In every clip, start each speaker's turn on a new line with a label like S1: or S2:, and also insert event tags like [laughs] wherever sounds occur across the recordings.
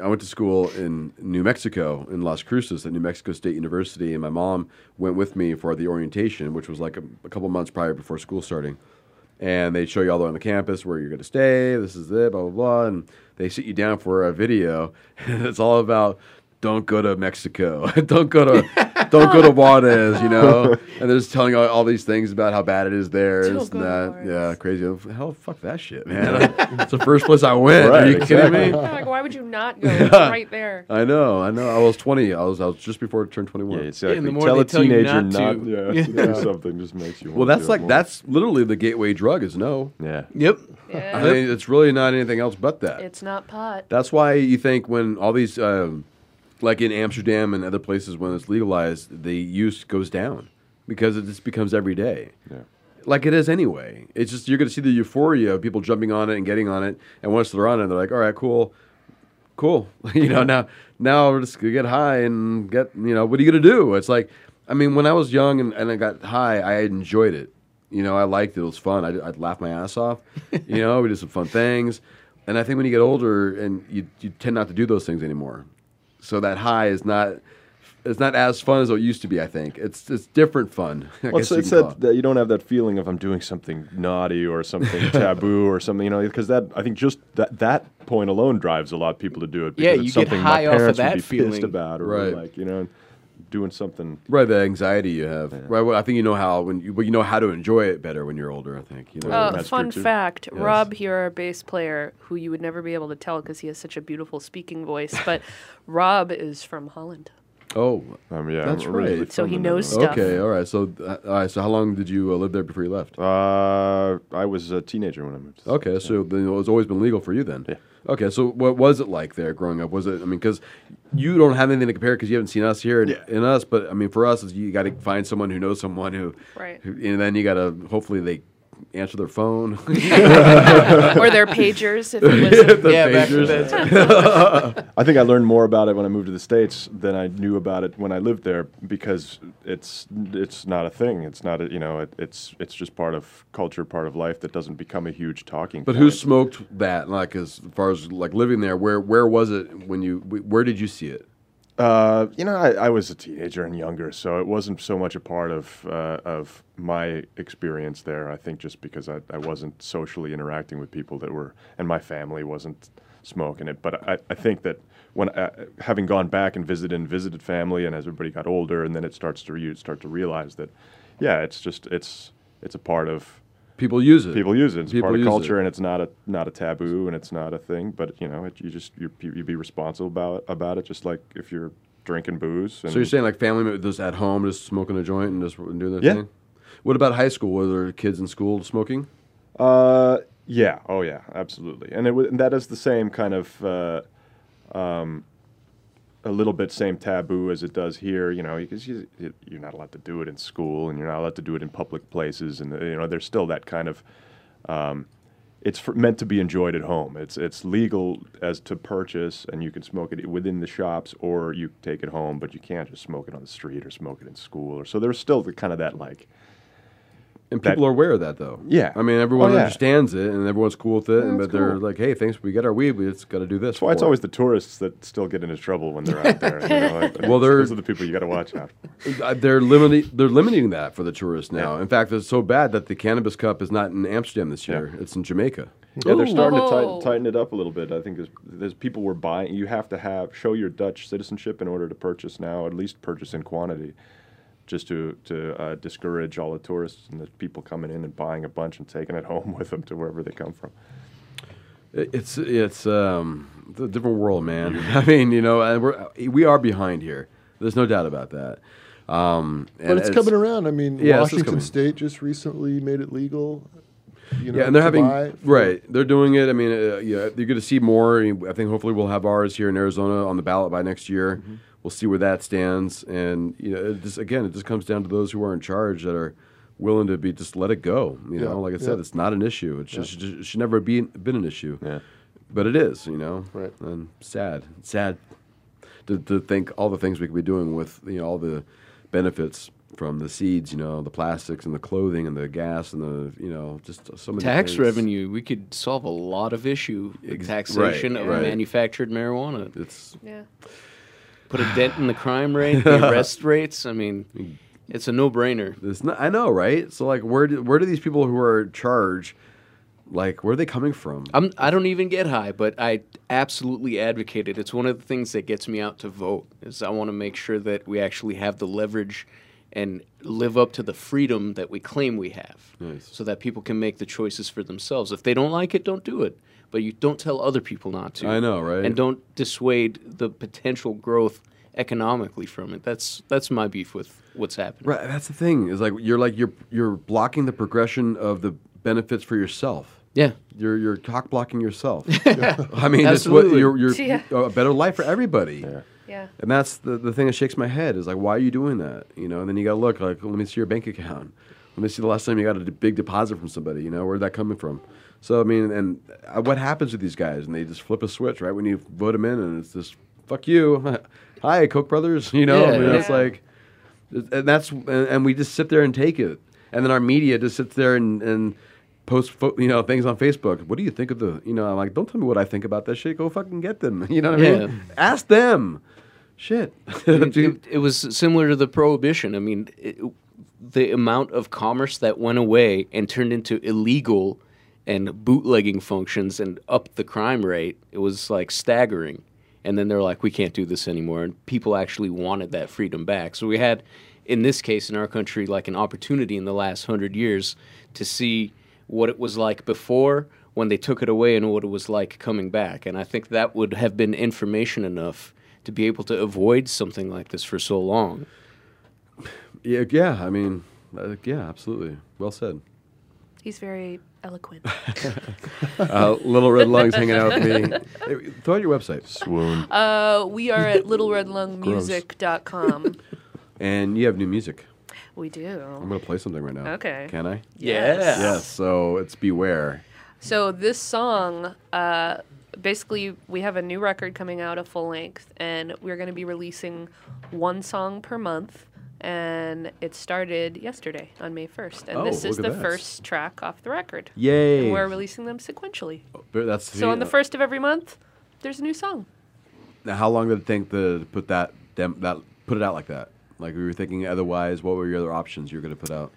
S1: I went to school in New Mexico in Las Cruces at New Mexico State University, and my mom went with me for the orientation, which was like a, a couple months prior before school starting. And they show you all around the campus where you're going to stay. This is it, blah blah blah, and they sit you down for a video, [laughs] and it's all about don't go to Mexico, [laughs] don't go to don't go to Juarez, you know. And they're just telling all, all these things about how bad it is there,
S2: Don't
S1: this
S2: go
S1: and
S2: to
S1: that.
S2: Juarez.
S1: Yeah, crazy. Hell, fuck that shit, man. [laughs] it's the first place I went. Are
S3: Right,
S1: you kidding me? [laughs]
S2: I'm like, why would you not go? It's right there.
S1: I know, I know. I was 20. I was, I was just before I turned 21.
S3: Yeah, exactly.
S4: the more
S3: tell
S4: they
S3: a
S4: tell you
S3: teenager
S4: not
S3: not,
S4: to.
S3: yeah,
S4: [laughs]
S3: to
S4: Yeah.
S3: do something just makes you.
S1: well,
S3: wanna
S1: that's
S3: do it
S1: like
S3: more.
S1: that's literally the gateway drug is no.
S3: Yeah.
S4: Yep.
S1: I
S2: Yeah.
S1: mean, it's really not anything else but that.
S2: It's not pot.
S1: that's why you think when all these, um, like in Amsterdam and other places when it's legalized, the use goes down because it just becomes every day.
S3: Yeah.
S1: Like it is anyway. It's just you're going to see the euphoria of people jumping on it and getting on it, and once they're on it, they're like, "All right, cool, cool." [laughs] you know, now now we're just gonna get high and get you know what are you gonna do? It's like, I mean, when I was young and, and I got high, I enjoyed it. You know, I liked it. It was fun. I'd, I'd laugh my ass off. You know, we did some fun things, and I think when you get older and you you tend not to do those things anymore, so that high is not. It's not as fun as it used to be. I think it's it's different fun. [laughs] I
S3: Well,
S1: guess
S3: it's,
S1: you
S3: it's
S1: can call
S3: that, that you don't have that feeling of I'm doing something naughty or
S4: [laughs]
S3: something taboo or something, you know, because that I think just that that point alone drives a lot of people to do it. Because
S4: Yeah,
S3: it's
S4: you get
S3: something
S4: high
S3: my
S4: off of
S3: parents
S4: that
S3: would be
S4: feeling.
S3: pissed about, or
S1: Right.
S3: like you know, doing something.
S1: Right, the anxiety you have. Right, well, I think you know how when you, but you know how to enjoy it better when you're older. I think you know.
S2: Uh,
S3: that's
S2: fun
S3: true, too.
S2: fact Rob here, our bass player, who you would never be able to tell because he has such a beautiful speaking voice, but Rob is from Holland.
S1: oh,
S3: Um, yeah,
S1: That's
S3: I'm originally
S1: right.
S2: So he
S3: from
S2: knows
S3: Manila.
S2: stuff.
S1: okay, all right. So, uh, all right. So, how long did you uh, live there before you left?
S3: Uh, I was a teenager when I
S4: Oh,
S3: moved. to-
S1: Okay, so then it's always been legal for you then.
S3: Yeah.
S1: Okay, so what was it like there growing up? Was it? I mean, because you don't have anything to compare because you haven't seen us here in,
S3: Yeah.
S1: in us. But I mean, for us, is you got to find someone who knows someone who,
S2: Right.
S1: who- and then you got to hopefully they answer their phone. [laughs]
S2: or their pagers, if it was.
S1: Their
S4: yeah, back to
S1: pagers.
S4: that.
S3: I think I learned more about it when I moved to the states than I knew about it when I lived there because it's it's not a thing. It's not a, you know it, it's it's just part of culture, part of life that doesn't become a huge talking.
S1: But
S3: point.
S1: who smoked that? Like as far as like living there, where where was it when you? wh- Where did you see it?
S3: Uh, you know, I, I was a teenager and younger, so it wasn't so much a part of uh, of my experience there. I think just because I, I wasn't socially interacting with people that were, and my family wasn't smoking it. But I, I think that when uh, having gone back and visited and visited family, and as everybody got older, and then it starts to re- you start to realize that, yeah, it's just it's it's a part of
S1: People use it.
S3: people use it. It's
S1: People
S3: part of
S1: use it.
S3: culture, and it's not a not a taboo, and it's not a thing. But you know, it, you just you you be responsible about about it, just like if you're drinking booze. And
S1: So you're saying like family members just at home, just smoking a joint and just doing their
S3: Yeah.
S1: thing. What about high school? Were there kids in school smoking?
S3: Uh, yeah. Oh, yeah. Absolutely. And it wa- and that is the same kind of. Uh, um, a little bit same taboo as it does here, you know, because you, you- you're not allowed to do it in school and you're not allowed to do it in public places, and you know, there's still that kind of. Um, it's for, meant to be enjoyed at home. It's it's legal as to purchase, and you can smoke it within the shops, or you take it home, but you can't just smoke it on the street or smoke it in school. Or so there's still the kind of that like
S1: And
S3: That-
S1: people are aware of that though.
S3: Yeah.
S1: I mean, everyone
S3: Oh, yeah.
S1: understands it and everyone's cool with it, and but
S3: that's
S1: they're
S3: cool.
S1: like, hey, thanks, we got our weed, we just got to do this.
S3: That's why it's
S1: for it."
S3: always the tourists that still get into trouble when they're out there. you know, like,
S1: Well, they're-
S3: those are the people you got to watch out. for.
S1: Uh, they're limiting they're limiting that for the tourists now. In fact, it's so bad that the cannabis cup is not in Amsterdam this year; it's in Jamaica.
S3: Yeah, they're starting to
S2: Oh.
S3: tighten, tighten it up a little bit. I think there's, there's people were buying. You have to have show your Dutch citizenship in order to purchase now, at least purchase in quantity, just to to uh, discourage all the tourists and the people coming in and buying a bunch and taking it home [laughs] with them to wherever they come from.
S1: It- It's it's um it's a different world, man. [laughs] I mean, you know, and we're uh, we are behind here. There's no doubt about that. Um,
S5: But it's, coming around. I mean,
S1: Yeah, this is coming.
S5: Washington State just recently made it legal. You know,
S1: Yeah, and they're
S5: to
S1: having
S5: buy for-
S1: right. They're doing it. I mean, uh, yeah, you're going to see more. I think hopefully we'll have ours here in Arizona on the ballot by next year.
S5: Mm-hmm.
S1: We'll see where that stands. And you know, it just again, it just comes down to those who are in charge that are willing to be just let it go. You
S5: Yeah,
S1: know, like I said,
S5: yeah.
S1: it's not an issue. It should, should, should never be been an issue.
S3: Yeah.
S1: But it is, you know,
S5: Right.
S1: And sad, sad to, to think all the things we could be doing with you know all the benefits from the seeds, you know, the plastics and the clothing and the gas and the, you know, just so many
S4: Tax
S1: things.
S4: revenue. We could solve a lot of issue with
S1: Ex-
S4: taxation
S1: right,
S4: of
S1: right.
S4: manufactured marijuana.
S1: It's
S2: Yeah.
S4: Put a dent in the crime
S1: [laughs]
S4: rate, the arrest rates. I mean, it's a no-brainer.
S1: It's not, I know, right? So like, where do, where do these people who are charged, like, where are they coming from?
S4: I'm I don't even get high, but I absolutely advocate it. It's one of the things that gets me out to vote is I want to make sure that we actually have the leverage and live up to the freedom that we claim we have.
S1: Nice.
S4: So that people can make the choices for themselves. If they don't like it, don't do it. But you don't tell other people not to.
S1: I know, right?
S4: And don't dissuade the potential growth economically from it. That's that's my beef with what's happening.
S1: Right, that's the thing. Is like you're like you're you're blocking the progression of the benefits for yourself.
S4: Yeah.
S1: You're you're cock blocking
S4: [laughs]
S1: yourself. I mean, it's what
S4: Absolutely.
S1: you're you're
S2: Yeah.
S1: a better life for everybody.
S2: Yeah.
S1: And that's the, the thing that shakes my head is like, why are you doing that? You know, and then you got to look like, let me see your bank account. Let me see the last time you got a d- big deposit from somebody. You know, where'd that coming from? So I mean, and uh, what happens with these guys? And they just flip a switch, right? When you vote them in, and it's just fuck you, [laughs] hi Koch brothers. [laughs] You know, I mean,
S4: Yeah.
S1: it's
S2: Yeah.
S1: like, and that's and, and we just sit there and take it, and then our media just sits there and and post fo- you know things on Facebook. What do you think of the you know? I'm like, don't tell me what I think about that shit. Go fucking get them. [laughs] You know what I
S4: Yeah.
S1: mean? Ask them. Shit. [laughs]
S4: it,
S1: Dude.
S4: it- it was similar to the prohibition. I mean, it, the amount of commerce that went away and turned into illegal and bootlegging functions and up the crime rate, it was like staggering. And then they're like, we can't do this anymore. And people actually wanted that freedom back. So we had, in this case, in our country, like an opportunity in the last hundred years to see what it was like before when they took it away and what it was like coming back. And I think that would have been information enough to be able to avoid something like this for so long.
S1: Yeah, yeah, I mean, uh, yeah, absolutely. Well said.
S2: He's very eloquent.
S1: Uh,
S2: [laughs]
S1: little Red Lungs hanging out with me. Hey, Throw out your website.
S3: Swoon.
S2: Uh, we are at littleredlungmusic.com.
S1: And you have new music.
S2: we
S1: I'm
S2: do.
S1: going to play something right now.
S2: Okay.
S1: Can I?
S4: Yes.
S1: Yes, so it's Beware.
S2: So this song, uh, basically, we have a new record coming out, a full length, and we're going to be releasing one song per month. And it started yesterday on May 1st. And
S1: Oh,
S2: this is
S1: look
S2: the
S1: at that.
S2: first track off the record.
S1: Yay. Oh,
S2: And we're releasing them sequentially.
S1: But that's
S2: So on the first of every month, there's a new song.
S1: Now, how long did it take to put that, dem- that put it out like that? Like we were thinking otherwise, what were your other options you were going to put out?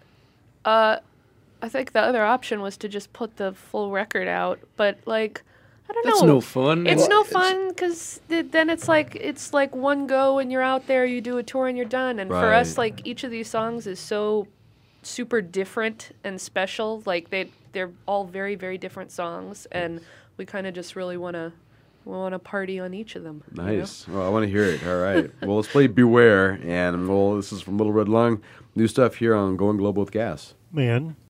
S2: I think the other option was to just put the full record out, but like, I don't
S4: That's
S2: know.
S4: no fun.
S2: It's
S4: Well,
S2: no fun because th- then it's like it's like one go and you're out there, you do a tour and you're done. And for us,
S1: Right.
S2: like each of these songs is so super different and special. Like they they're all very very different songs, and we kind of just really want to we want to party on each of them. you know?
S1: Nice. Well, I want to hear it. All right. well, let's play Beware. And well, this is from Little Red Lung. New stuff here on Going Global with Gas.
S6: Man,